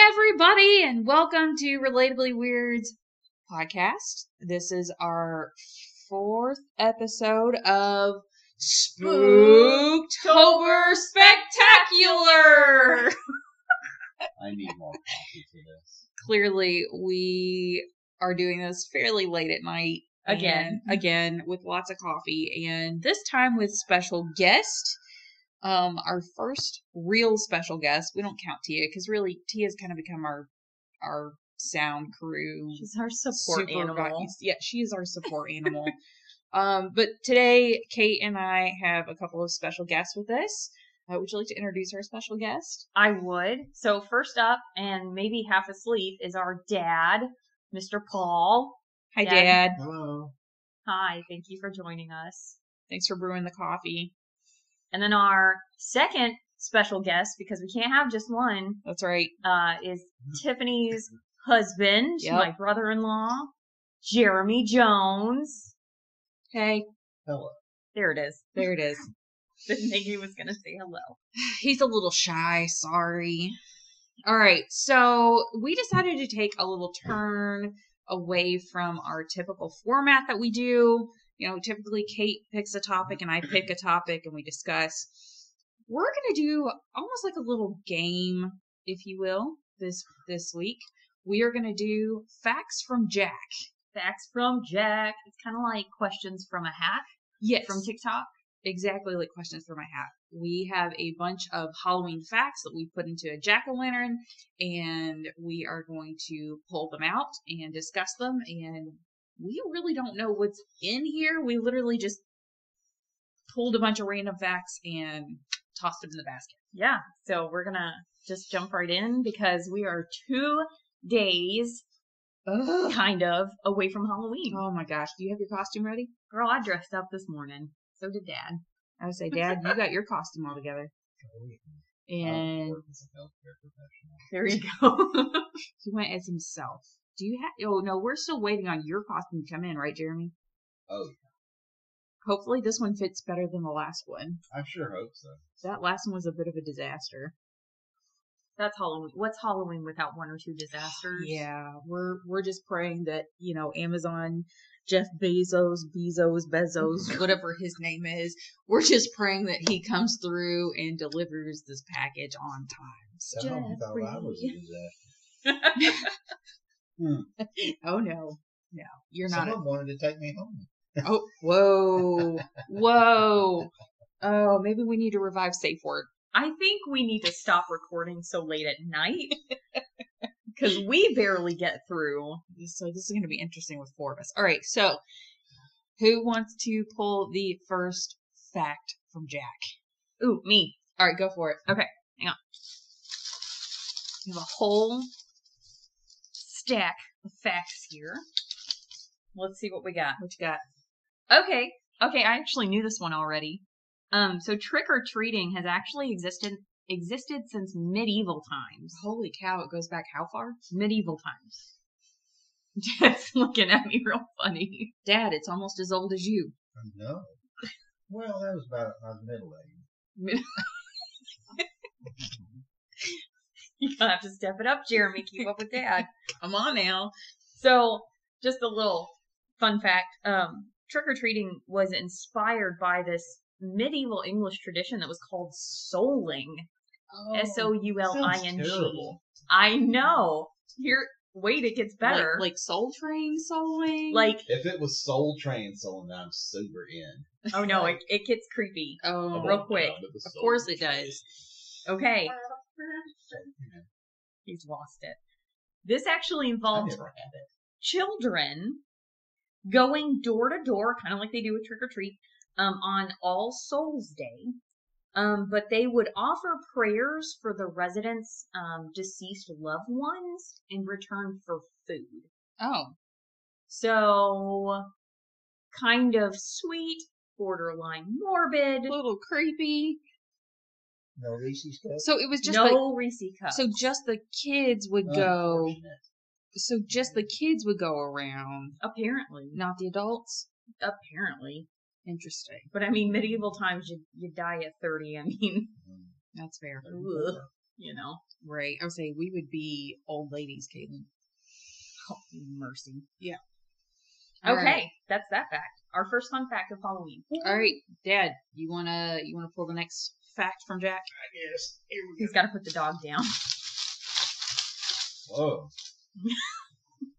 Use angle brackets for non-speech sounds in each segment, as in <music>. everybody, and welcome to Relatably Weird's podcast. This is our fourth episode of Spooktober Spectacular. I need more coffee for this. Clearly, we are doing this fairly late at night Again. and again with lots of coffee, and this time with special guest. Um, our first real special guest. We don't count Tia because really Tia's kind of become our our sound crew She's our support supervi- animal. Yeah, she is our support animal. um, but today Kate and I have a couple of special guests with us. Uh, would you like to introduce our special guest? I would. So first up, and maybe half asleep, is our dad, Mr. Paul. Hi, Dad. Dad. Hello. Hi, thank you for joining us. Thanks for brewing the coffee. And then our second special guest, because we can't have just one, That's right. uh, is Tiffany's husband, Mm-hmm. Yep. my brother-in-law, Jeremy Jones. Hey, Hello. There it is. <laughs> there it <laughs> is. Didn't think he was gonna say hello. He's a little shy. Sorry. All right. So we decided to take a little turn away from our typical format that we do. You know, typically Kate picks a topic and I pick a topic and we discuss. We're going to do almost like a little game, if you will, this this week. We are going to do facts from Jack. Facts from Jack. It's kind of like questions from a hat Yes. from TikTok. exactly like questions for my hat. We have a bunch of Halloween facts that we put into a jack o' lantern, and we are going to pull them out and discuss them. And we really don't know what's in here. We literally just pulled a bunch of random facts and tossed them in the basket. Yeah, so we're gonna just jump right in because we are two days kind of away from Halloween. <laughs> Oh my gosh, do you have your costume ready? Girl, I dressed up this morning. So did Dad. I would say, Dad, you got your costume all together. I And work as a healthcare <laughs> professional. There you go. he went as himself. Do you have? Oh no, we're still waiting on your costume to come in, right, Jeremy? Oh, Hopefully, this one fits better than the last one. I sure hope so. That last one was a bit of a disaster. <laughs> That's Halloween. What's Halloween without one or two disasters? Yeah, we're we're just praying that you know Amazon, Jeff Bezos, Bezos, Bezos, whatever his name is. We're just praying that he comes through and delivers this package on time. That So, one without Jeffrey. lime was a disaster. <laughs> oh no, no, you're not. Someone wanted to take me home. A, oh, whoa, whoa. Oh, maybe we need to revive safe word. I think we need to stop recording so late at night because we barely get through. So this is going to be interesting with four of us. All right, so who wants to pull the first fact from Jack? Ooh, me. All right, go for it. We have a whole stack of facts here. Let's see what we got. What you got? Okay. Okay, I actually knew this one already. Um, so trick or treating has actually existed existed since medieval times. Holy cow! It goes back how far? Medieval times. <laughs> Dad's looking at me real funny. <laughs> Dad, it's almost as old as you. No. Well, that was about I was middle age. <laughs> You're gonna have to step it up, Jeremy. Keep up with Dad. <laughs> Come on now. So, just a little fun fact: um, trick or treating was inspired by this medieval English tradition that was called souling. Oh, S o u l i n Sounds g. terrible. I know. Here, wait, it gets better. Like, like Soul Train soloing. like If it was Soul Train selling, I'm super in. Oh no, it, it gets creepy. I oh, won't real doubt quick. it was Of Soul course it Train. Okay, Yeah. he's lost it. This actually I involved never had it. children going door to door, kind of like they do with trick or treat, um, on All Souls Day. Um, but they would offer prayers for the residents' um, deceased loved ones in return for food. oh, So, kind of sweet, borderline morbid. a little creepy. No Reese's cups. So it was just no like Reese cups. so just the kids would go. Unfortunate. So just the kids would go around, apparently, not the adults. apparently. Interesting. But I mean, <laughs> medieval times, you you die at thirty. I mean, Mm. That's fair. Ugh. you know. Right. I would say we would be old ladies, Caitlin. Oh, mercy. All okay, right. that's that fact. Our first fun fact of Halloween. All right, Dad. You wanna you wanna pull the next fact from Jack? I guess. Here we He's got to put the dog down. <laughs> go. Whoa.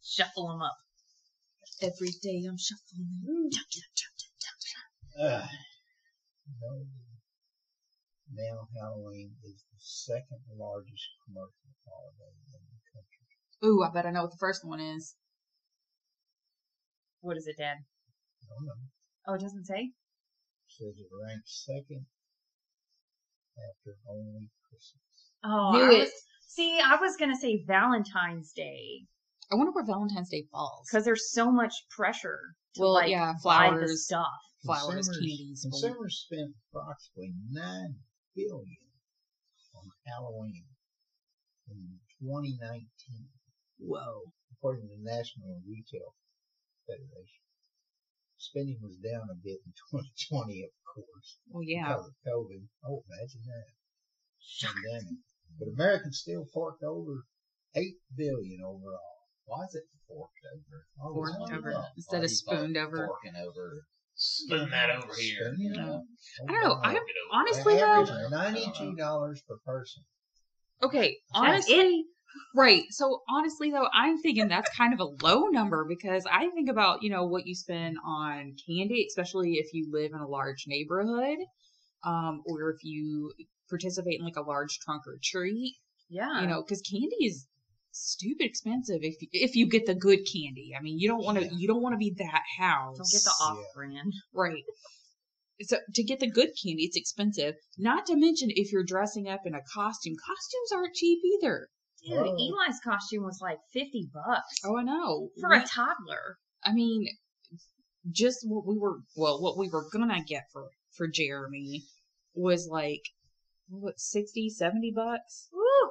Shuffle him up. <laughs> Every day I'm shuffling. Ugh. No. Now Halloween is the second largest commercial holiday in the country. Ooh, I bet I know what the first one is. What is it, Dad? I don't know. Oh, it doesn't say. Says it ranks second after only Christmas. Oh, Knew I it. was- see, I was gonna say Valentine's Day I wonder where Valentine's Day falls. because there's so much pressure. To, Well, like, yeah, buy the flowers. stuff. flowers, Consumers- candies, balloons. Consumers spent approximately nine billion on Halloween in 2019, Whoa. according to the National Retail Federation. Spending was down a bit in 2020, of course, Well, yeah. because of COVID. Oh, imagine that pandemic. But Americans still forked over eight billion overall. Why is it forked over? Oh, Forked I don't over know. instead Why of do you call it spooned over? Forking over. Spoon that over here. Spooning Yeah. up. I don't know. Oh, I Fork it over. honestly though. Average ninety-two dollars per person. Okay, That's honestly, it. right. So honestly though, I'm thinking that's kind of a low number because I think about you know what you spend on candy, especially if you live in a large neighborhood, um, or if you participate in like a large trunk or treat. Yeah. You know, because candy is stupid expensive if you, if you get the good candy. I mean, you don't want to Yeah. you don't want to be that house. don't <laughs> get the Yeah. off brand. Right. So to get the good candy, it's expensive. Not to mention if you're dressing up in a costume. Costumes aren't cheap either. Dude, Whoa. Eli's costume was like fifty bucks Oh, I know. for We- a toddler. I mean, just what we were well, what we were gonna get for for Jeremy was like what 60 70 bucks Woo!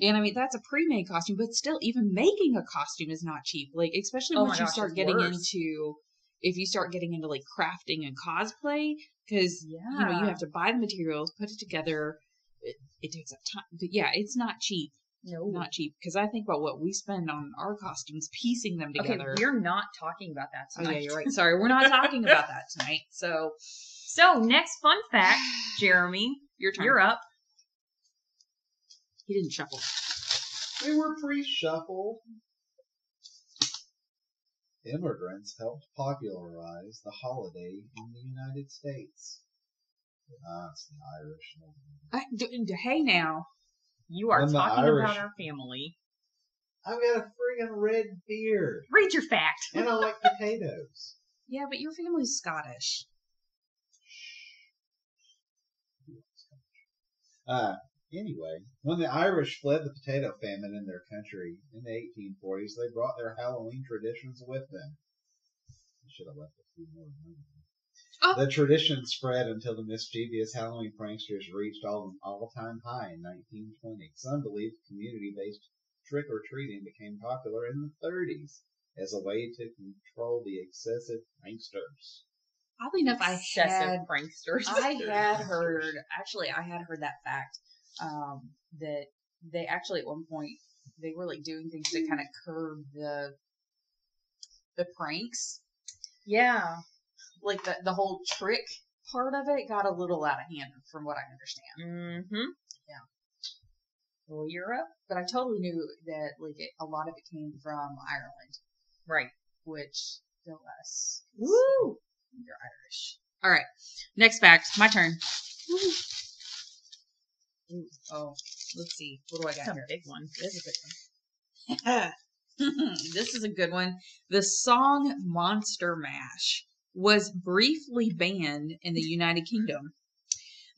and i mean that's a pre-made costume but still even making a costume is not cheap like especially Oh my once you gosh, start it's getting worse. into if you start getting into like crafting and cosplay because Yeah. you know you have to buy the materials put it together it, it takes up time but yeah it's not cheap no. not cheap because i think about what we spend on our costumes piecing them okay, together we're not talking about that oh tonight. yeah you're right sorry we're not talking about that tonight so So next fun fact, Jeremy, your turn you're up. he didn't shuffle We were pre-shuffled. Immigrants helped popularize the holiday in the United States. Ah, it's the Irish. I, d- d- hey now You are I'm not talking about Irish. our family. I've got a friggin' red beard, Read your <laughs> fact. and I like potatoes. yeah but your family's scottish Uh, anyway, when the Irish fled the potato famine in their country in the 1840s, they brought their Halloween traditions with them. I should have left a few more. than that. The tradition spread until the mischievous Halloween pranksters reached all, an all-time high in 1920. Some believe community-based trick-or-treating became popular in the 30s as a way to control the excessive pranksters. oddly enough i Excessive had pranksters. <laughs> I had heard actually I had heard that fact um, that they actually at one point they were like doing things to kind of curb the the pranks <laughs> yeah. like the the whole trick part of it got a little out of hand from what I understand Mm-hmm. Yeah. Well, you're up. but I totally knew that like it, a lot of it came from Ireland Right. which go us Woo! you're Irish all right next fact my turn Ooh, oh let's see what do I got That's a here big one. This is a good one. <laughs> this is a good one. The song Monster Mash was briefly banned in the United Kingdom.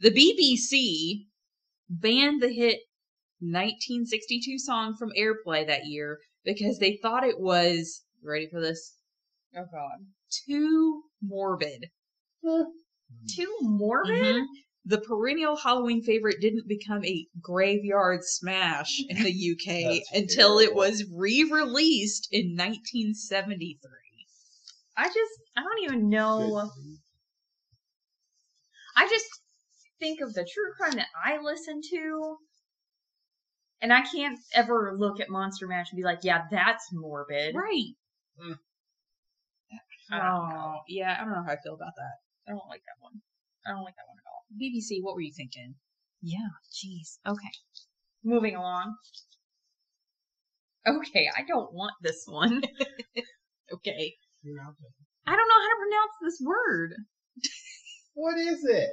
The BBC banned the hit 1962 song from airplay that year because they thought it was, ready for this, Oh God. too morbid. Hmm. Too morbid. Mhm. The perennial Halloween favorite didn't become a graveyard smash in <laughs> the UK That's until it terrible. was re released in 1973. I just, I don't even know. Good grief. I just think of the true crime that I listen to, And I can't ever look at Monster Mash and be like, yeah, that's morbid. Right. Mm. I don't know. Oh. Yeah, I don't know how I feel about that. I don't like that one. I don't like that one at all. BBC, what were you thinking? Yeah, jeez. Okay. Moving along. Okay, I don't want this one. <laughs> Okay. You're out there. I don't know how to pronounce this word. What is it?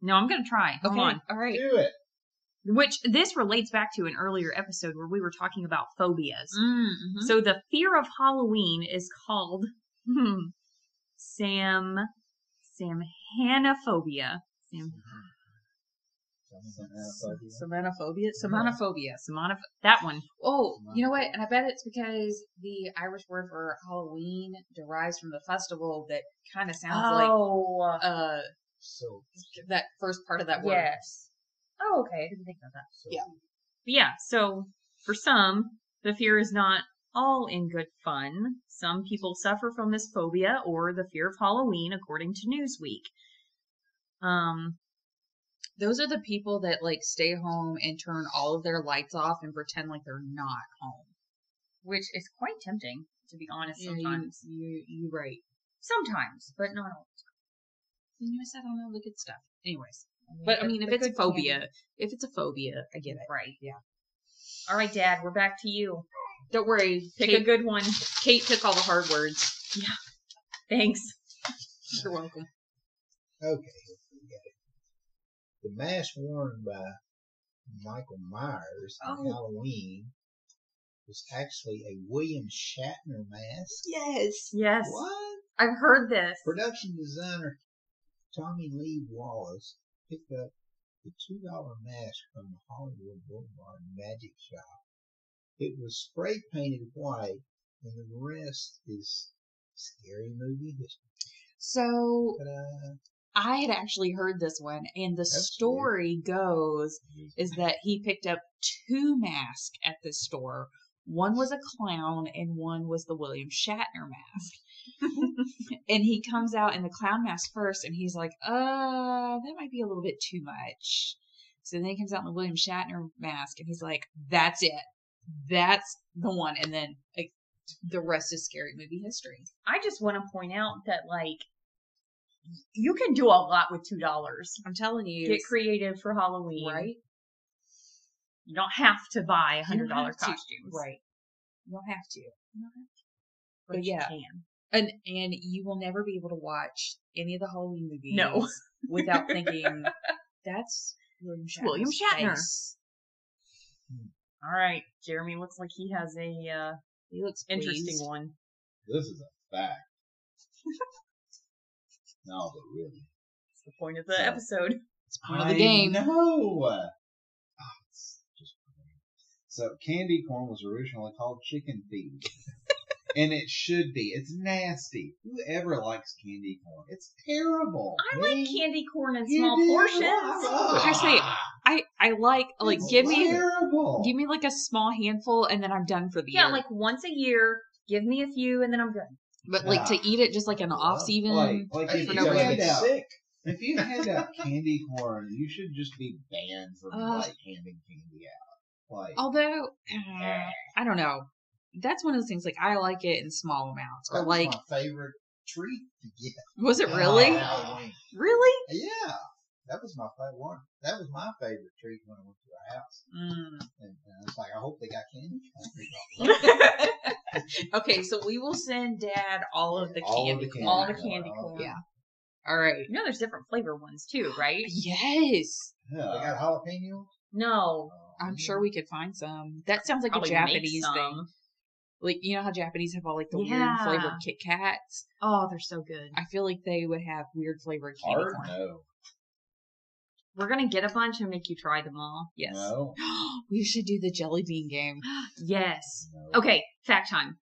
No, I'm gonna try. Come okay. on. All right. Do it. Which this relates back to an earlier episode where we were talking about phobias. Mm-hmm. So the fear of Halloween is called hmm, Sam Samhanophobia. Sam Mm-hmm. Something else I do. Samanophobia? Samanophobia. Samanoph- that one. Oh, you know what? Samanophobia. And I bet it's because the Irish word for Halloween derives from the festival that kind of sounds oh, like uh So, that first part of that word. yes. Oh, okay. I didn't think about that. so Yeah. yeah, so for some, the fear is not all in good fun. Some people suffer from this phobia or the fear of Halloween, according to Newsweek. Um, Those are the people that like stay home and turn all of their lights off and pretend like they're not home. which is quite tempting, to be honest, Yeah, you- sometimes. you, you right. Sometimes, but not all. Then you said all the good stuff. Anyways. But I mean if the it's a good candy. phobia, if it's a phobia, I get it. Right. Yeah. All right, Dad, we're back to you. Don't worry. Pick a Kate, good one. Kate took all the hard words. Thanks. You're welcome. Okay, we got it. The mask worn by Michael Myers on Oh. Halloween was actually a William Shatner mask. Yes. Yes. What? I've heard this. Production designer Tommy Lee Wallace picked up the two dollar mask from the Hollywood Boulevard Magic Shop. It was spray painted white, and the rest is scary movie history. So Ta-da. I had actually heard this one, and the That's story goes is that he picked up two masks at this store. One was a clown, and one was the William Shatner mask. and he comes out in the clown mask first, and he's like, "Uh, that might be a little bit too much." So then he comes out in the William Shatner mask, and he's like, "That's it, that's the one." And then like, the rest is scary movie history. I just want to point out that, like, you can do a lot with $2. I'm telling you, Get creative for Halloween. right? You don't have to buy You hundred don't dollar have to- costumes. Right. You don't have to. But, But you yeah. can. And and you will never be able to watch any of the Halloween movies No. without <laughs> thinking that's William Shatner. William Shatner. All right. Jeremy looks like he has a uh, He looks interesting pleased. one. This is a fact. <laughs> no, but really. That's the point of the So- episode. It's part of the game. No. Ah, just great. so candy corn was originally called chicken feed, and it should be. It's nasty. Whoever likes candy corn, it's terrible. I Me? like candy corn in You small do? portions. Ah, I say, I I like like it's give me terrible. give me like a small handful and then I'm done for the Yeah, year. like once a year. Give me a few, and then I'm good. but like to eat it just like an off season. Like, like for if no you hand reason. out, if you hand out candy corn, you should just be banned from Uh, like handing candy out. Like, eh, Although uh, I don't know. That's one of those things like I like it in small amounts. that Or was like my favorite treat to get. <laughs> was it on really? Halloween. Really? Yeah, that was my favorite one. That was my favorite treat when I went to the house. Mm, And, and I was like, I hope they got candy. okay, so we will send Dad all of the All of candy. the candy. all the corn, candy all- corn. Yeah. All right. You know, there's different flavor ones too, right? Yes, Yeah. They got Uh, jalapeno. No, I'm sure we could find some. That sounds like Mm-hmm. Probably a make Japanese thing. some. Like you know how Japanese have all like the Yeah. weird flavored Kit Kats. Oh, they're so good. I feel like they would have weird flavored candy Hard? corn. <gasps> No. We're gonna get a bunch and make you try them all. Yes. No. we should do the jelly bean game. Yes. no. Okay, fact time.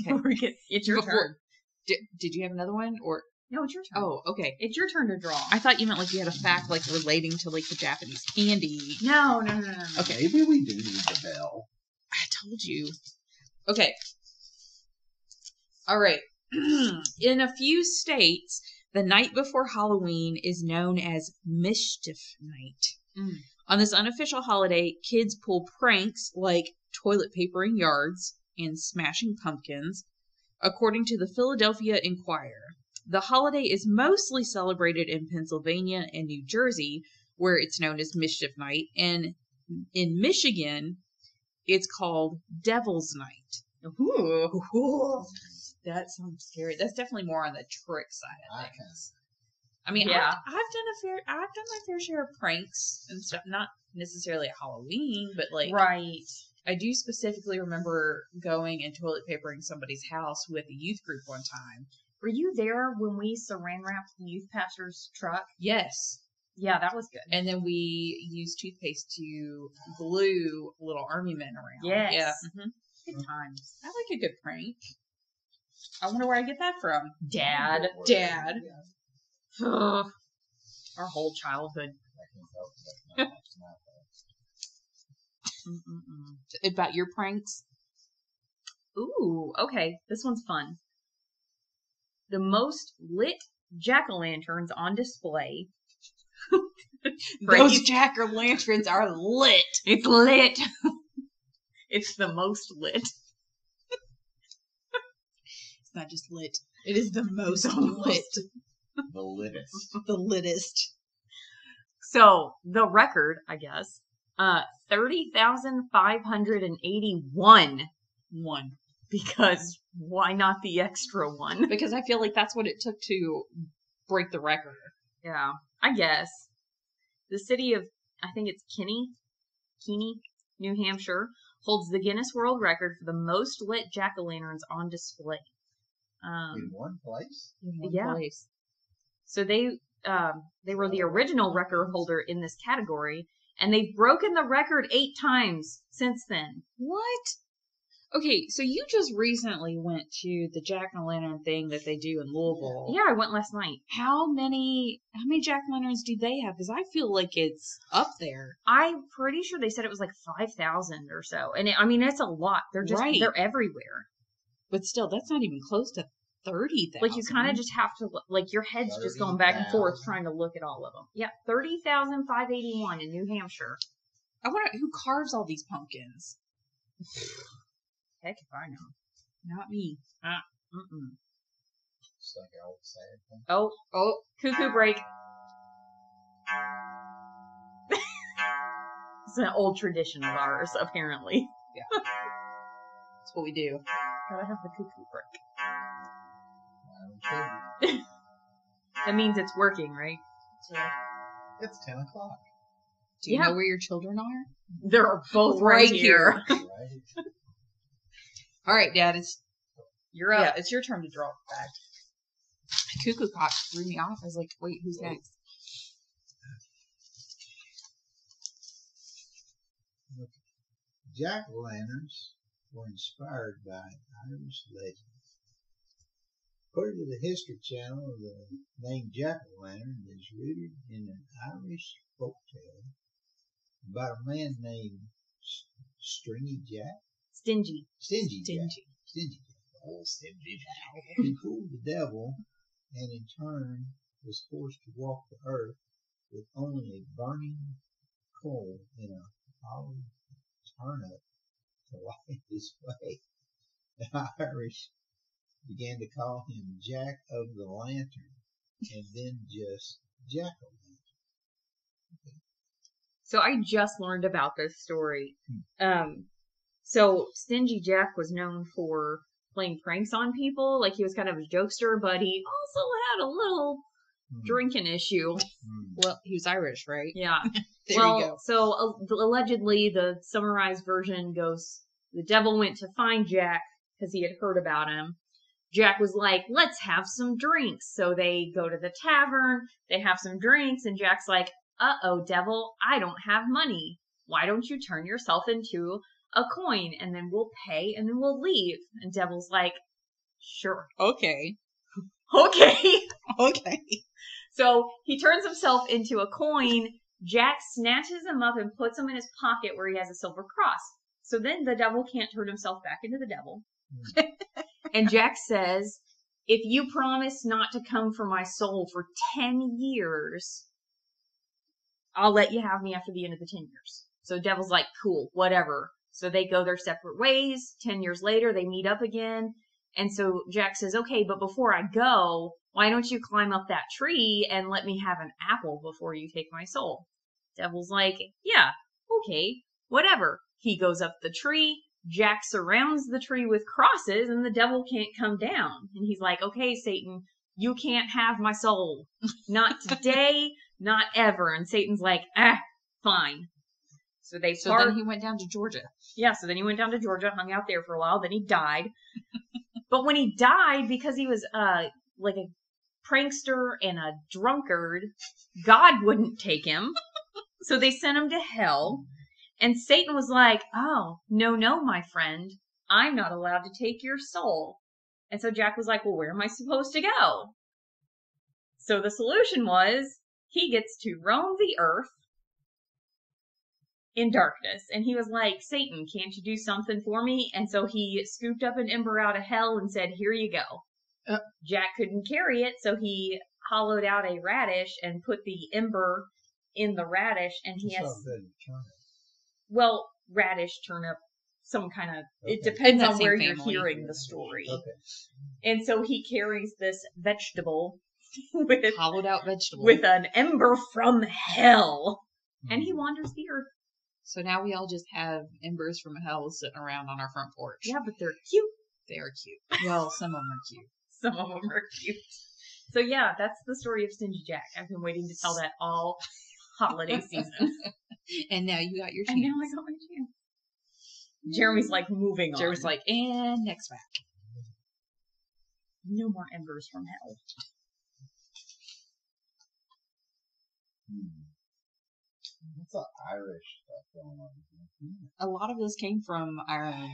Okay. <laughs> We're get- <gasps> it's your turn. Before- Did, did you have another one or No, it's your turn. oh okay it's your turn to draw. i thought you meant like you had a fact like relating to like the japanese candy no, no, no, no, no. Okay. Maybe we do need the bell. I told you. Okay. All right. <clears throat> In a few states, the night before Halloween is known as Mischief Night. Mm. On this unofficial holiday, kids pull pranks like toilet papering yards and smashing pumpkins. According to the Philadelphia Inquirer, the holiday is mostly celebrated in Pennsylvania and New Jersey, where it's known as Mischief Night, and in Michigan, it's called Devil's Night. Ooh. Ooh, that sounds scary. That's definitely more on the trick side of I things. kind I of mean, Yeah. I've, I've done a fair, I've done my fair share of pranks and stuff. Not necessarily at Halloween, but like Right. I do specifically remember going and toilet papering somebody's house with a youth group one time. Were you there when we saran wrapped the youth pastor's truck? Yes, Yeah, that was good. and then we used toothpaste to glue little army men around. Yes. Yeah, mhm. Good times. I like a good prank. I wonder where I get that from. Dad. word. Dad. Yeah, Ugh. Our whole childhood. I can help, but no, it's not that. Mm-mm-mm. About your pranks. Ooh, okay. This one's fun. The most lit jack o' lanterns on display. <laughs> Those jack o' lanterns are lit. It's lit. <laughs> it's the most lit. It's not just lit. It is the most Almost. lit. The littest. The litest. So the record, I guess, uh, thirty thousand five hundred and eighty-one. One. Because why not the extra one? <laughs> Because I feel like that's what it took to break the record. Yeah, I guess. The city of, I think it's Kinney, Kinney, New Hampshire, holds the Guinness World Record for the most lit jack o' lanterns on display. In Um, one place? in one Yeah. place. so they um, they were the original record holder in this category, and they've broken the record eight times since then. What? Okay, so you just recently went to the jack o' lantern thing that they do in Louisville. Yeah, I went last night. How many how many jack o' lanterns do they have? Because I feel like it's up there. I'm pretty sure they said it was like five thousand or so, and it, I mean it's a lot. They're just Right. they're everywhere. But still, that's not even close to thirty thousand. Like you kind of just have to look- like your head's just going back and forth 30,000. trying to look at all of them. Yeah, thirty thousand five eighty one in New Hampshire. I wonder who carves all these pumpkins. Heck if I know. Not me. Mm-mm. Just like I always say. I think. Oh, Oh, cuckoo break. <laughs> It's an old tradition of ours, apparently. that's what we do. Gotta have the cuckoo break. I'm kidding. <laughs> That means it's working, right? It's 10 <laughs> o'clock. Do you Yeah. know where your children are? They're both Right right, here. here. Right? All right, Dad. It's You're up. yeah, it's your turn to draw it back. Cuckoo clock threw me off. I was like, wait, who's Wait. next? Jack o' lanterns were inspired by an Irish legend. According to the History Channel, the name Jack o' lantern is rooted in an Irish folktale about a man named S- Stringy Jack. Stingy. Stingy, Jack. Stingy. Stingy Jack. Old Stingy Jack. He fooled the devil and in turn was forced to walk the earth with only a burning coal and a olive turnip to light his way. The Irish began to call him Jack of the Lantern and then just Jack o' Lantern. So I just learned about this story. Um, so Stingy Jack was known for playing pranks on people. Like he was kind of a jokester, but he also had a little <laughs> Hmm, drinking issue. hmm. Well, he was Irish, right? Yeah. <laughs> There well, you go. so uh, allegedly, the summarized version goes: the devil went to find Jack because he had heard about him. Jack was like, "Let's have some drinks." So they go to the tavern. They have some drinks, and Jack's like, "Uh oh, devil! I don't have money. Why don't you turn yourself into a coin, and then we'll pay, and then we'll leave?" And devil's like, "Sure, <laughs> Okay. <laughs> okay." Okay. So he turns himself into a coin. Jack snatches him up and puts him in his pocket where he has a silver cross. So then the devil can't turn himself back into the devil. and Jack says, If you promise not to come for my soul for 10 years, I'll let you have me after the end of the 10 years. So Devil's like, cool, whatever. So they go their separate ways. 10 years later, they meet up again. And so Jack says, okay, but before I go, why don't you climb up that tree and let me have an apple before you take my soul? Devil's like, yeah, okay, whatever. He goes up the tree. Jack surrounds the tree with crosses and the devil can't come down. And he's like, okay, Satan, you can't have my soul. Not today, not ever. And Satan's like, ah, fine. So they So part. then he went down to Georgia. Yeah, so then he went down to Georgia, hung out there for a while, then he died. <laughs> but when he died, because he was uh like a prankster and a drunkard, God wouldn't take him. so they sent him to hell. And Satan was like, Oh, no, no, my friend, I'm not allowed to take your soul. And so Jack was like, Well, where am I supposed to go? So the solution was he gets to roam the earth in darkness. And he was like, Satan, can't you do something for me? And so he scooped up an ember out of hell and said, Here you go. Uh. Jack couldn't carry it, so he hollowed out a radish and put the ember in the radish. And he Just has, so good, turnip. well, radish, turnip, some kind of, it Okay. depends That on same where you're family. hearing the story. Okay. And so he carries this vegetable <laughs> with, Hollowed out vegetable. with an ember from hell. And he wanders the earth. so now we all just have embers from hell sitting around on our front porch. Yeah, but they're cute. They are cute. Well, some of them are cute. Some of them are cute. So yeah, that's the story of Stingy Jack. I've been waiting to tell that all <laughs> <laughs> holiday season, and And now you got your now chance. I got my chance. Jeremy's like moving on. Jerry's like, and next back. no more embers from hell. Hmm. What's that Irish stuff going on? here? Hmm. A lot of those came from um, Ireland.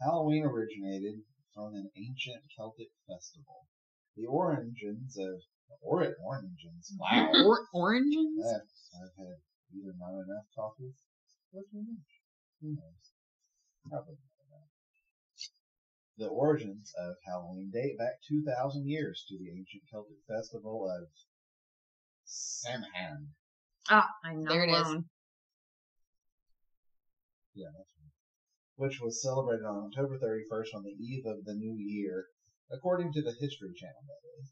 Halloween originated from an ancient Celtic festival. The origins of the or- origins. Wow. Or- oranges? I've, I've had either not enough coffees or too much. Who knows? Probably not enough. The origins of Halloween date back 2,000 years to the ancient Celtic festival of Samhain. Ah, I'm not There it is. alone. Yeah, that's right. Which was celebrated on October 31st on the eve of the new year, according to the History Channel, that is.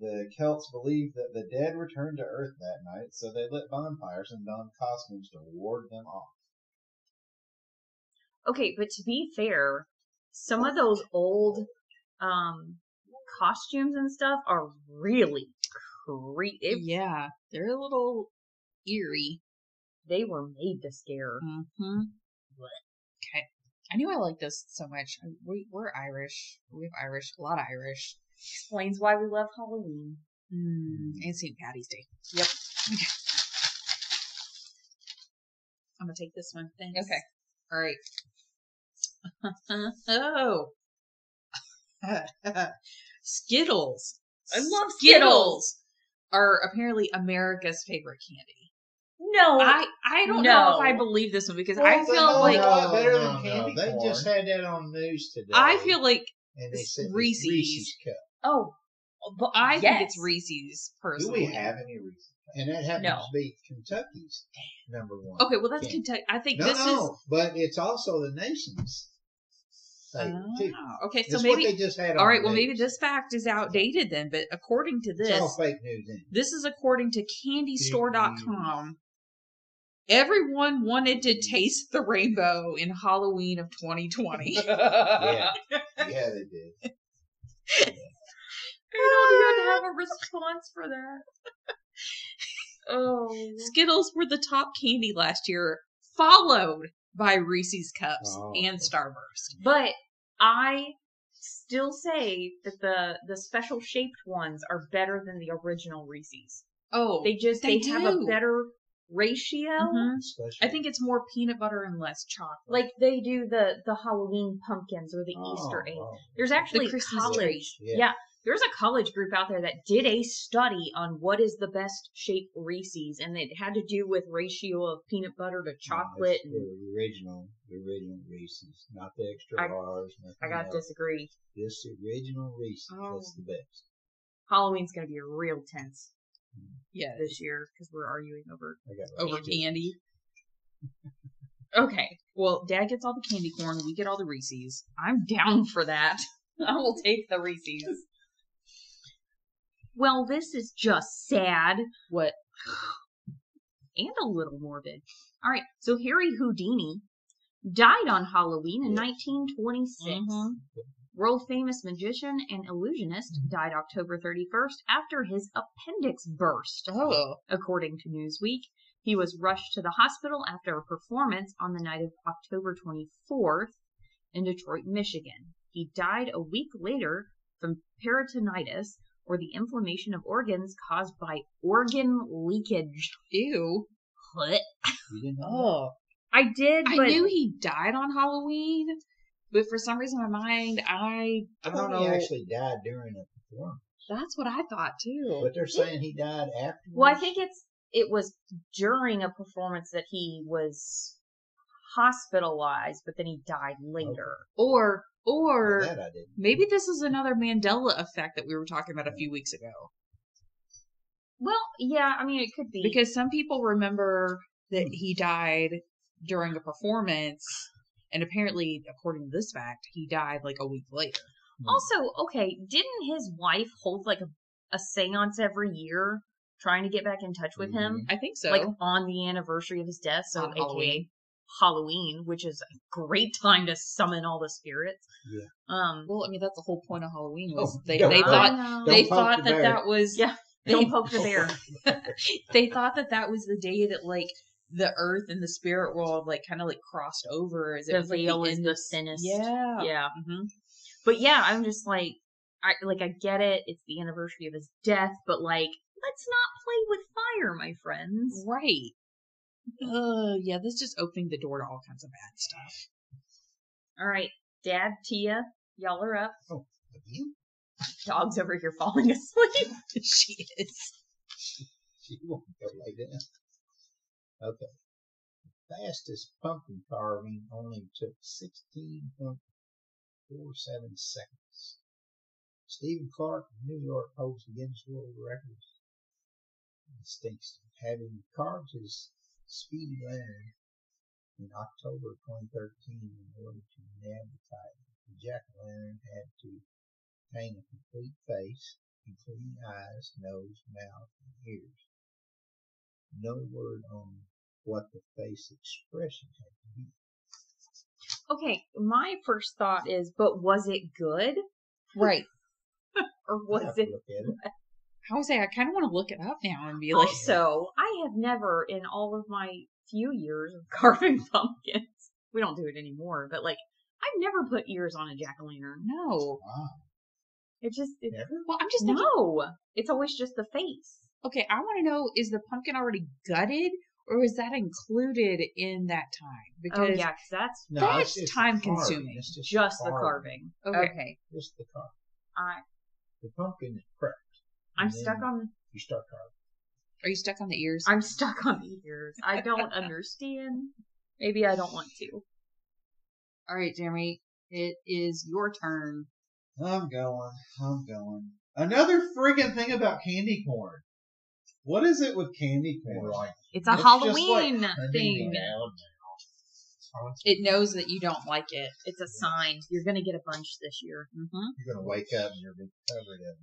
The Celts believed that the dead returned to earth that night, so they lit bonfires and donned costumes to ward <laughs> them off. Okay, but to be fair, some of those old um costumes and stuff are really creepy. Yeah, they're a little eerie. They were made to scare. Mm-hmm. Okay. I knew I liked this so much. We, we're Irish. We have Irish, a lot of Irish. Explains why we love Halloween. Mm, and St. Patty's Day. Yep. Okay. I'm gonna take this one. Thanks. Okay. All right. oh. <laughs> Skittles. I love Are apparently America's favorite candy. No, I I don't know if I Oh, No. Oh, believe this one because I Well, no, feel no, like no, better than candy They corn. just had that on the news today. I feel like and they said it's Reese's. Reese's cup, Oh, but I yes. think it's Reese's Do personally. we have any reason? and that happens No. to be Kentucky's number one. Okay, well that's candy. Kentucky. I think No, this no, is but it's also the nation's. favorite, too. Oh, okay. So It's what maybe they just had. All on right, well, the maybe news. this fact is outdated then, but according to It's all this, fake news. Then. this is according to Mm-hmm. candystore.com. Everyone wanted to taste the rainbow in Halloween of 2020. <laughs> Yeah, yeah, they did. I don't even have a response for that. oh. Skittles were the top candy last year, followed by Reese's Cups Oh. and Starburst. But I still say that the the special shaped ones are better than the original Reese's. Oh, They just They they, have a do. better ratio. mhm. Especially- I think it's more peanut butter and less chocolate. Like they do the the Halloween pumpkins or the Oh, Easter eggs. oh. There's actually Christmas college. tree. Yeah. yeah. There's a college group out there that did a study on what is the best shape Reese's, and it had to do with ratio of peanut butter to chocolate. No, and it's the original, the original Reese's, not the extra I- R's. nothing I gotta else. disagree. Just the original Reese's. Oh. That's the best. Halloween's gonna be real tense. Yeah. this year because we're arguing over. I got Over Candy. candy. <laughs> okay. Well, Dad gets all the candy corn. We get all the Reese's. I'm down for that. I will take the Reese's. <laughs> Well, this is just sad What? and a little morbid. All right, so Harry Houdini died on Halloween in Yeah. 1926. Mhm. World famous magician and illusionist died October 31st after his appendix burst. Oh. According to Newsweek, he was rushed to the hospital after a performance on the night of October 24th in Detroit, Michigan. He died a week later from peritonitis or the inflammation of organs caused by organ leakage. <laughs> Ew. What? You didn't know that? Oh. I did, I but knew he died on Halloween, but for some reason in my mind, I I thought don't he know. actually died during a performance, that's what I thought too. but they're saying he died after. well, I think it's it was during a performance that he was hospitalized, but then he died later. Or Well, or that I didn't. maybe this is another Mandela effect that we were talking about a few weeks ago. Well, yeah, I mean it could be Because some people remember that he died during a performance, and apparently, according to this fact, he died like a week later. also okay. Didn't his wife hold like a, a séance every year, trying to get back in touch with him, I think Mm-hmm. so. like on the anniversary of his death? So, On aka Halloween. Halloween, which is a great time to summon all the spirits. Yeah. Um. well, I mean, that's the whole point of Halloween was Oh, they, don't they poke- thought I know. don't they poke thought the that bear. that was Yeah. <laughs> they don't poke the <laughs> bear. they thought that that was the day that like the earth and the spirit world like kind of like crossed over as it The was like, veil is end the of- thinnest. Yeah. yeah. Mhm. But yeah, I'm just like, I like I get it. It's the anniversary of his death, but like, let's not play with fire, my friends. Right. Uh, yeah, this is just opening the door to all kinds of bad stuff. <laughs> All right, Dad, Tia, y'all are up. Again? Dog's over here <laughs> falling asleep. she is. She won't go lay down. Okay. Fastest pumpkin carving only took 16.47 seconds. Stephen Clark of New York holds the Guinness World Records. Stinks having carved his speedy lamb in October 2013 in order to nab the title. The jack-o'-lantern had to paint a complete face, including eyes, nose, mouth, and ears. No word on what the face expression had to be. Okay, my first thought is, but was it good Right. or I'll was have to it? look at it. I would say I kind of want to look it up now and be like, <laughs> Also, I have never in all of my few years of <laughs> carving pumpkins, we don't do it anymore, but like, I've never put ears on a jack o' lantern. no. Wow. It just, it, Never? "Oh." Well, I'm just thinking. no, it's always just the face. Okay, I want to know: is the pumpkin already gutted, or is that included in that time? Oh Because yeah, 'cause that's No, That's it's just the time carving. consuming. It's just, just the carving. Okay. Just the carving. I The pumpkin is prepped. I'm and then stuck on You start carving. are you stuck on the ears? I'm stuck on the ears. I don't understand. Maybe I don't want to. All right, Jeremy, it is your turn. I'm going. I'm going. Another friggin' thing about candy corn. What is it with candy corn? Like, It's a It's just Halloween honey thing. down now. It knows that you don't like it. It's a sign. You're gonna get a bunch this year. hmm You're gonna wake up and you're gonna be covered in. it.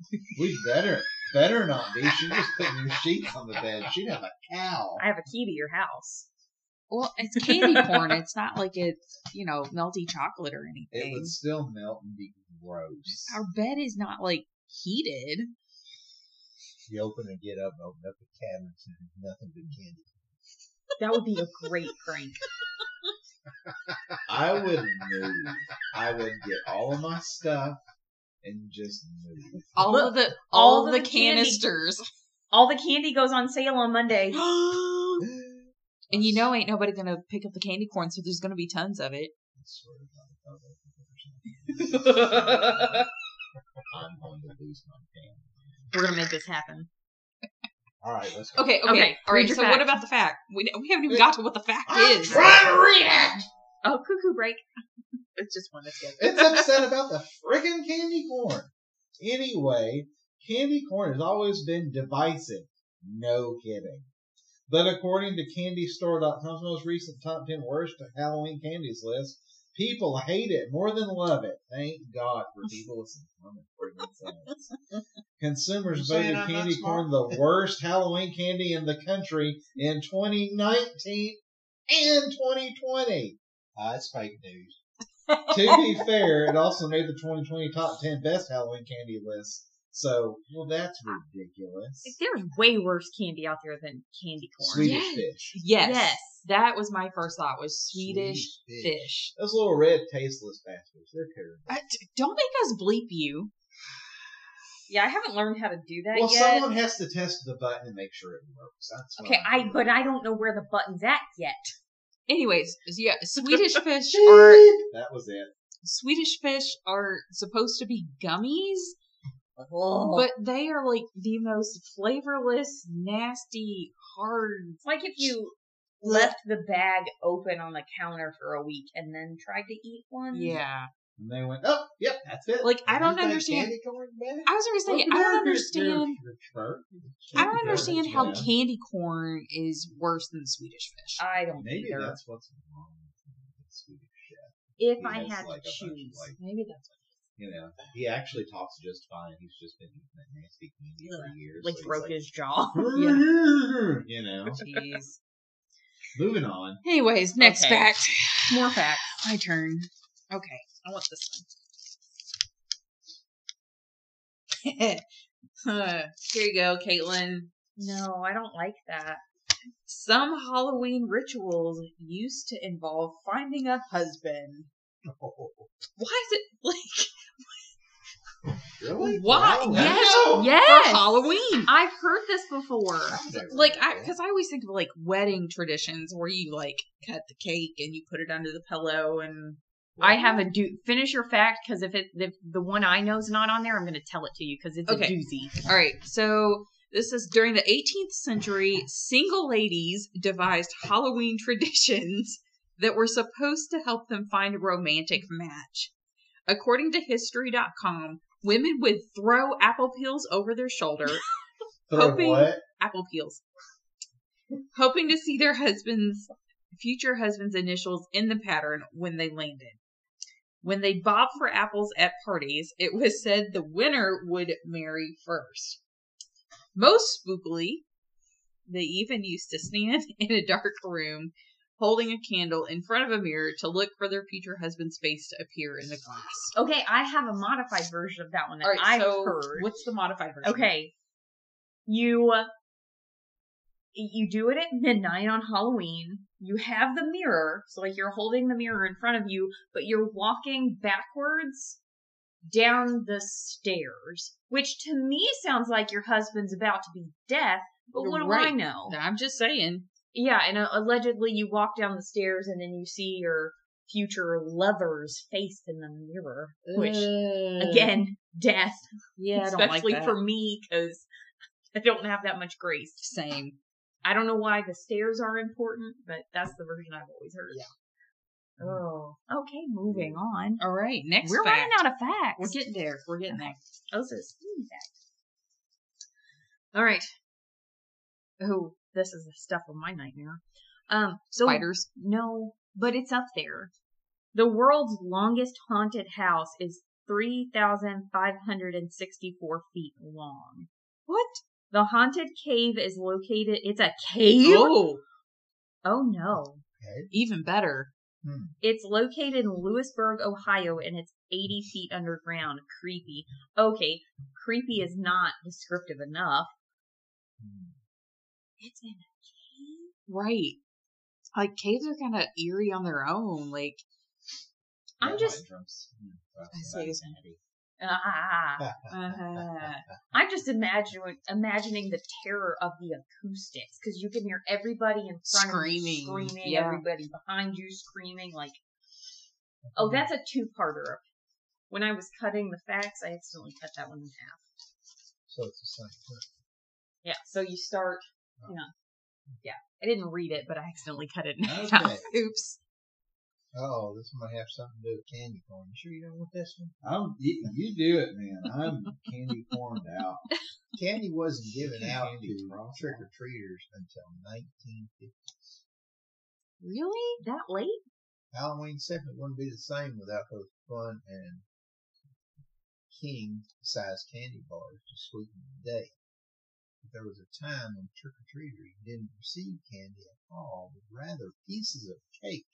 <laughs> We better better not be. She just put new sheets on the bed. She'd have a cow. I have a key to your house. Well, it's <laughs> candy corn. It's not like it's you know melty chocolate or It anything. would still melt and be gross. Our bed is not like heated. You open and get up and open up the cabinets and there's nothing but candy. That would be a great prank. I would move. I would get all of my stuff and just move. All Look, of the all all, of the, the candy- canisters. All the candy goes on sale on <gasps> <gasps> Monday. and you know, ain't nobody gonna pick up the candy corn, so there's gonna be tons of it. I swear to God, if I wake <laughs> up every single day, I'm going to lose my family. We're gonna make this happen. All right, let's go. Okay, okay, Okay, all read right. your So fact. what about the fact? We we haven't even got to what the fact is. to read it. Oh, cuckoo <laughs> break. It's just one that's good. It's upset about the friggin' candy corn. Anyway, candy corn has always been divisive. No kidding. But according to CandyStore.com's most recent top 10 worst Halloween candies list, people hate it more than love it. Thank God for people with some common freaking sense. Consumers You're saying voted I'm not candy corn smart? the worst Halloween candy in the country in 2019 and 2020. Ah, it's fake news. to <laughs> be fair, it also made the 2020 top 10 best Halloween candy list. So, well, that's ridiculous. There's way worse candy out there than candy corn. Swedish Yes. fish. Yes. Yes. That was my first thought was Swedish Swedish fish. Those little red tasteless bastards, they're terrible. Uh, d- don't make us bleep you. Yeah, I haven't learned how to do that well, yet. someone has to test the button and make sure it works. That's what Okay, I'm I doing. but I don't know where the button's at yet. Anyways, yeah, Swedish fish are that was it. Swedish fish are supposed to be gummies, Oh. but they are like the most flavorless, nasty, hard. It's like if you left the bag open on the counter for a week and then tried to eat one. Yeah, And they went, oh, yep, that's it. like I You don't think understand. Candy corn bad? I was gonna say I don't understand. I don't understand how Yeah. candy corn is worse than Swedish fish. I don't Maybe either. that's what's wrong with Swedish chef. if he I has, had like, a to bunch of, choose, like- maybe that's You know, he actually talks just fine. He's just been eating that nasty candy for years. like so he's broke <laughs> his jaw. <laughs> You know. <laughs> Jeez. <laughs> Moving on. Anyways, next Okay. fact. More facts. My turn. Okay, I want this one. <laughs> Huh, Here you go, Caitlin. No, I don't like that. Some Halloween rituals used to involve finding a husband. Oh, Why is it like Really? why? Wow, Yes, wow. yes. Yes! For Halloween. I've heard this before. Like, I because I always think of like wedding traditions where you like cut the cake and you put it under the pillow and I have a do finish your fact because if it if the one I know is not on there, I'm going to tell it to you because it's Okay. a doozy. All right, so this is during the 18th century, single ladies devised Halloween traditions that were supposed to help them find a romantic match. According to History.com, women would throw apple peels over their shoulder, Throw hoping- what? apple peels, hoping to see their husband's future husband's initials in the pattern when they landed. When they bobbed for apples at parties, it was said the winner would marry first. Most spookily, they even used to stand <laughs> in a dark room holding a candle in front of a mirror to look for their future husband's face to appear in the glass. Okay, I have a modified version of that one that All right, I've so heard. what's the modified version? Okay, you you do it at midnight on Halloween. You have the mirror, so like you're holding the mirror in front of you, but you're walking backwards down the stairs, which to me sounds like your husband's about to be death. But You're what do I right. know? I'm just saying. Yeah, and uh, allegedly you walk down the stairs and then you see your future lover's face in the mirror, which again, death. Uh, yeah, I don't like especially that. for me because I don't have that much grace. same. I don't know why the stairs are important, but that's the version I've always heard. Yeah. Oh, okay. Moving on. All right, next We're fact. running out of facts. We're getting there. We're getting there. Oh, so speed fact. All right. Oh, this is the stuff of my nightmare. Um, so Spiders. No, but it's up there. The world's longest haunted house is 3,564 feet long. What? The haunted cave is located. It's a cave? Oh, Oh no. even better. It's located in Lewisburg, Ohio, and it's 80 feet underground. Creepy. Okay, creepy is not descriptive enough. Hmm. It's in a cave? Right. Like caves are kind of eerie on their own. Like I'm just. Hmm, I say it's Ah. uh, I'm just imagining imagining the terror of the acoustics because you can hear everybody in front Screaming, of you screaming, yeah. everybody behind you screaming. Like, Mm-hmm. oh, that's a two-parter. When I was cutting the facts, I accidentally cut that one in half. So it's the same. thing. Yeah, so you start, uh-huh. <laughs> you know, yeah. I didn't read it, but I accidentally cut it in Okay. half. Oops. Oh, this might have something to do with candy corn. You sure you don't want this one? I'm, you, you do it, <laughs> man. I'm candy corned out. Candy wasn't given Candy out to corn. trick or treaters until 1950s. Really? That late? Halloween simply wouldn't be the same without those fun and king size candy bars to sweeten the day. But there was a time when trick or treaters didn't receive candy at all, but rather pieces of cake,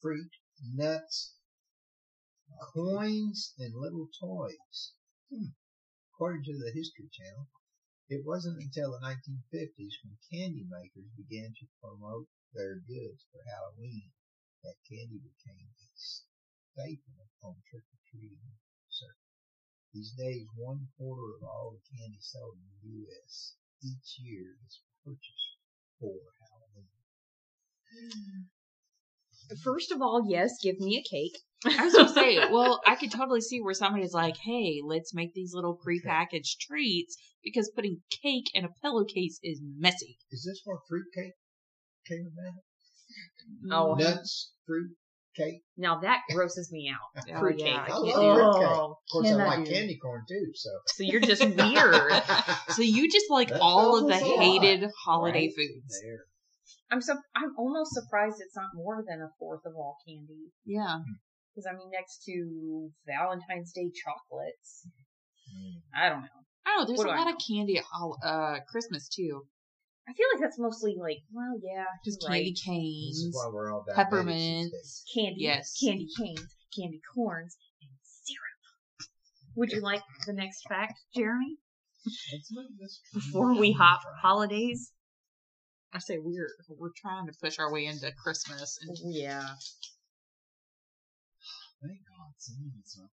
fruit, nuts, coins, and little toys. Hmm. According to the History Channel, it wasn't until the 1950s when candy makers began to promote their goods for Halloween that candy became a staple on trick or treating circuit. These days, one quarter of all the candy sold in the U.S. each year is purchased for Halloween. First of all, yes, give me a cake. I was gonna <laughs> say, well, I could totally see where somebody's like, "Hey, let's make these little prepackaged treats," because putting cake in a pillowcase is messy. Is this where fruitcake came about? Oh, Mm. Nuts, fruit, cake. Now that grosses me out. Oh, Fruitcake. yeah, I I can't love do fruitcake. Oh, Of course, Yeah, I that like is. candy corn too, so. so you're just <laughs> weird. that. So you just like That all of the sounds a lot, hated holiday Right foods. There. I'm so I'm almost surprised it's not more than a fourth of all candy. Yeah. Because I mean, next to Valentine's Day chocolates, Mm. I don't know. I don't know. There's What a do I lot know? of candy at hol- uh, Christmas too. I feel like that's mostly like, well, yeah, Just you're candy This is canes, why we're all diabetics these days. peppermints. candy, Yes. candy canes, candy corns, and syrup. Would you like the next fact, Jeremy? Let's move this Before we hop holidays. I say we're we're trying to push our way into Christmas. And Oh, Yeah. Thank God, someone did something.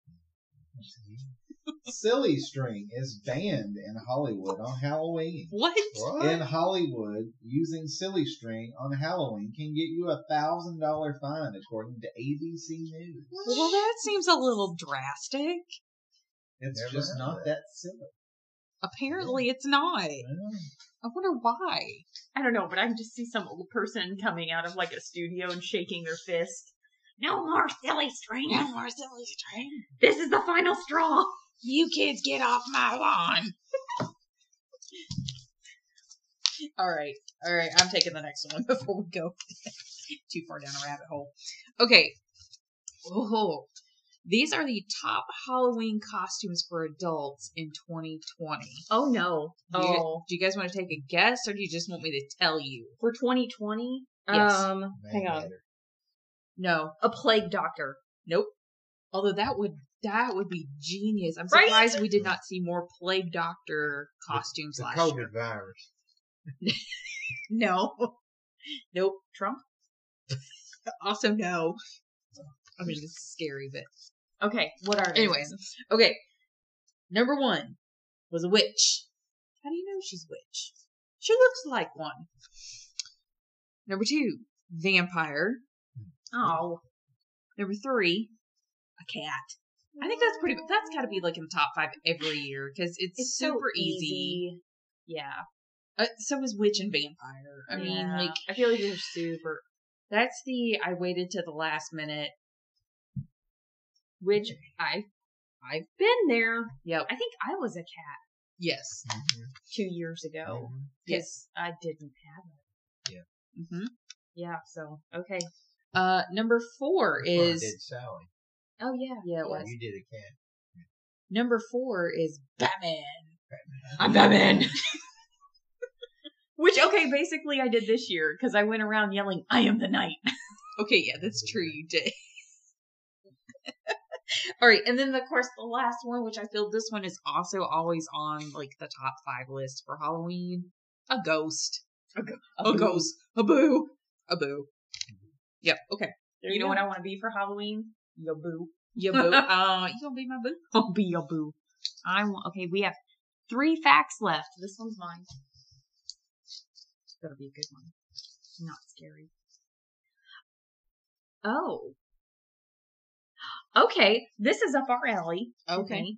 Silly string is banned in Hollywood on Halloween. <laughs> what? In Hollywood, using silly string on Halloween can get you a thousand dollar fine, according to ABC News. Well, that seems a little drastic. It's Never just heard not of that silly. Apparently, it's not. I wonder why. I don't know, but I can just see some old person coming out of like a studio and shaking their fist. No more silly string. more silly string. This is the final straw. You kids get off my lawn. all right, all right. I'm taking the next one <laughs> before we go too far down a rabbit hole. Okay. Oh, these are the top Halloween costumes for adults in 2020. Oh no. Do you- Oh. do you guys want to take a guess, or do you just want me to tell you? For 2020? Yes. Um, hang on. No, A plague doctor. Nope. Although that would that would be genius. I'm Right? surprised we did not see more plague doctor costumes The last COVID year. virus. No. <laughs> Nope. Trump. <laughs> also no. I mean, it's scary, but Okay, what are they? anyways. Okay. Number one was a witch. How do you know she's a witch? She looks like one. Number two, vampire. Oh. Number three, a cat. I think that's pretty. That's got to be like in the top five every year because it's, It's so super easy. Yeah. Uh, so is witch and vampire. I mean, Yeah. like I feel like they're super. that's the I waited to the last minute. Which I, I Been there. yep I think I was a cat yes two years ago. Mhm. Yes. I didn't have it. hmm Yeah, so, okay. Uh, number four That's what I is did Sally. Oh, yeah. yeah it was You did a cat. number four is Batman. I'm Batman. <laughs> Which, okay, basically I did this year because I went around yelling, I am the knight. Okay, yeah, that's true. You did. <laughs> All right, and then of course the last one, which I feel this one is also always on like the top five list for Halloween, a ghost, a, boo. ghost, a boo, a boo. Yep. Okay. You know what I want to be for Halloween? Your boo. You boo. uh, you gonna be my boo? <laughs> I'll be your boo. I want, okay, we have three facts left. This one's mine. It's gonna be a good one. Not scary. Oh. Okay, this is up our alley. to Okay. me.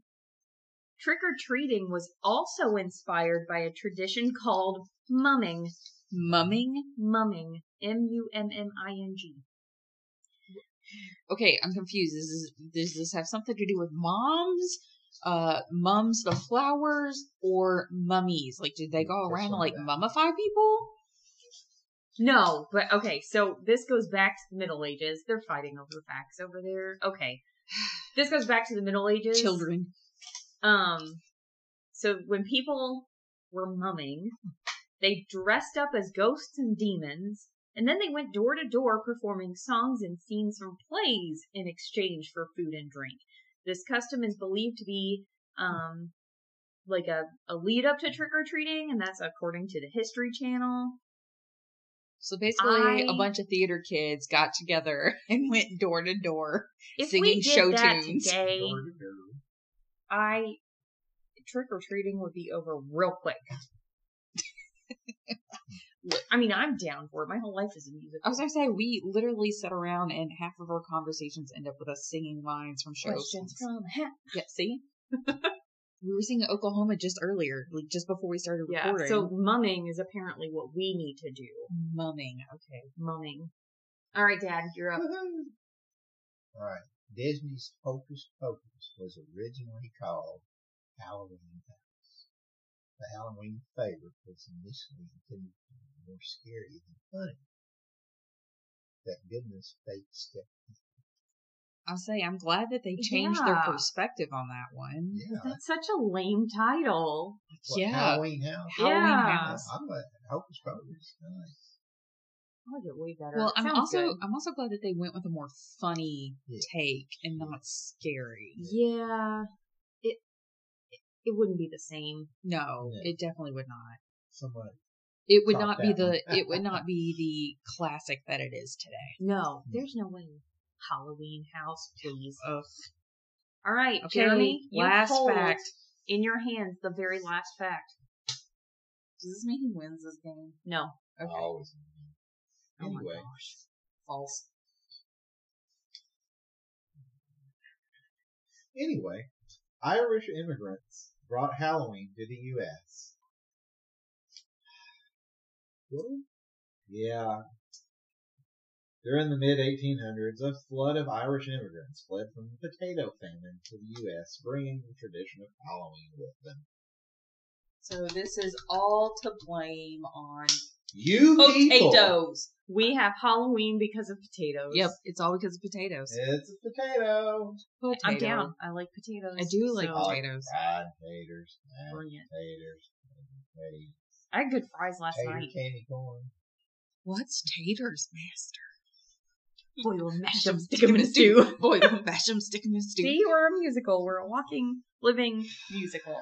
Trick or treating was also inspired by a tradition called mumming. Mumming. Mumming. M U M M I N G. Okay, I'm confused. Is this, does this have something to do with moms? Uh, mums the flowers or mummies? Like, did they go That's around and what like I'm mummify people? No, but okay, so this goes back to the Middle Ages. They're fighting over facts over there. Okay. This goes back to the Middle Ages. Children. Um, so when people were mumming, they dressed up as ghosts and demons, and then they went door to door performing songs and scenes from plays in exchange for food and drink. This custom is believed to be, um, like a, a lead up to trick or treating, and that's according to the History Channel. So basically, a I- bunch of theater kids got together <laughs> and went door to door. If Singing we did show that tunes. today, Door-to-door. I trick or treating would be over real <laughs> quick. I mean, I'm down for it. My whole life is a musical. I was gonna say we literally sit around and half of our conversations end up with us singing lines from shows. questions from him. <laughs> Yeah, see, we were singing Oklahoma just earlier, like just before we started Yeah. recording. So mumming is apparently what we need to do. mumming. Okay. Mumming. All right, Dad, you're up. Alright. Disney's Hocus Pocus was originally called Halloween House. The Halloween favorite was initially intended to be more scary than funny. That goodness fate stepped I'll say I'm glad that they changed their Yeah. perspective on that one. in. Yeah. <laughs> That's such a lame title. What, Yeah. Halloween House. Halloween yeah. house. I like Hocus Pocus. Nice. I like it way better. Well, It I'm sounds also good. I'm also glad that they went with a more funny Yeah. take and not scary. Yeah. It, it it wouldn't be the same. No, Yeah. it definitely would not. Somebody. It would Top not be that the one. it would not be the classic that it is today. No, Hmm. there's no way. Halloween house, please. All right, Okay, Jeremy, you last hold fact. in your hands the very last fact. Does this mean he wins this game? No. Okay. Always. Oh my Anyway. gosh. False. Anyway, Irish immigrants brought Halloween to the U.S. Really? Yeah. During the mid 1800s, a flood of Irish immigrants fled from the potato famine to the U.S., bringing the tradition of Halloween with them. So this is all to blame on You people! potatoes. We have Halloween because of potatoes. Yep, it's all because of potatoes. It's a potato. Potato. I'm down. I like potatoes. I do like so- potatoes. Fried taters, mashed Brilliant. taters, taters, I had good fries last Tater night. candy corn. What's taters, master? Boil and mash 'em, Them, stick 'em in a <laughs> stew. Boy, them, mash them, stick 'em in a stew. See, we're a musical. We're a walking, living musical.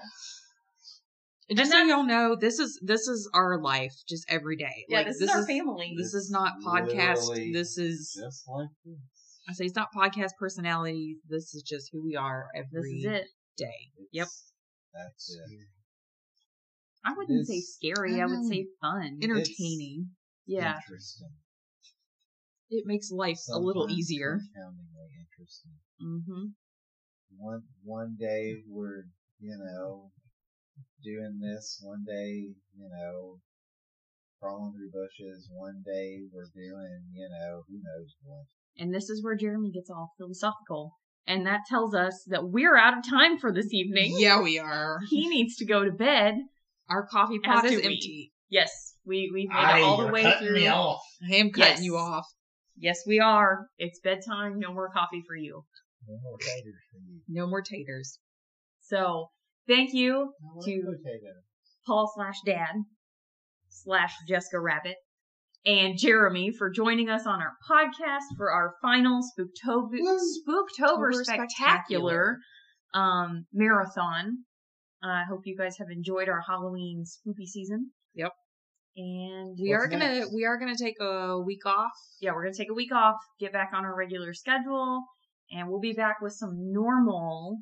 And just so y'all know, this is this is our life, just every day. Yeah, Like, this, is, our family. This is not podcast. Literally. This is just like this. I say it's not podcast personality. This is just who we are This every is day. it. Yep. That's it. I wouldn't This- say scary. I, I would know. say fun. Entertaining. yeah. Interesting. It makes life a little Sometimes easier. Compoundingly interesting. Mm-hmm. One one day we're you know doing this. One day you know crawling through bushes. One day we're doing you know who knows what. And this is where Jeremy gets all philosophical. And that tells us that we're out of time for this evening. Yeah, we are. He needs to go to bed. Our coffee As pot is do we. empty. Yes, we, we've made Aye, it all the you're way cutting through. me off. I am cutting Yes. you off. Yes, we are. It's bedtime. No more coffee for you. No more taters for you. No more taters. So thank you I like to potato. Paul slash Dad slash Jessica Rabbit and Jeremy for joining us on our podcast for our final Spooktober, Woo. Spooktober Spooktober spectacular, um, marathon. Uh, I hope you guys have enjoyed our Halloween spooky season. Yep. And We What's are Uh, gonna next? we are gonna take a week off. yeah, we're gonna take a week off, get back on our regular schedule, and we'll be back with some normal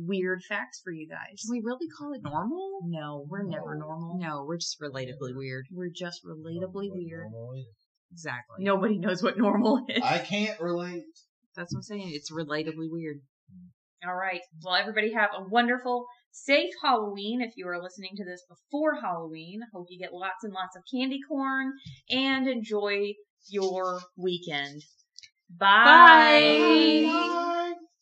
weird facts for you guys. Can we really call it normal? No, we're never normal. No, we're just relatively weird. We're just relatably What weird. normal is. Exactly. Nobody knows what normal <laughs> is. I can't relate. That's what I'm saying. It's relatively weird. All right. Well, everybody have a wonderful, safe Halloween. If you are listening to this before Halloween, hope you get lots and lots of candy corn and enjoy your weekend. Bye. Bye.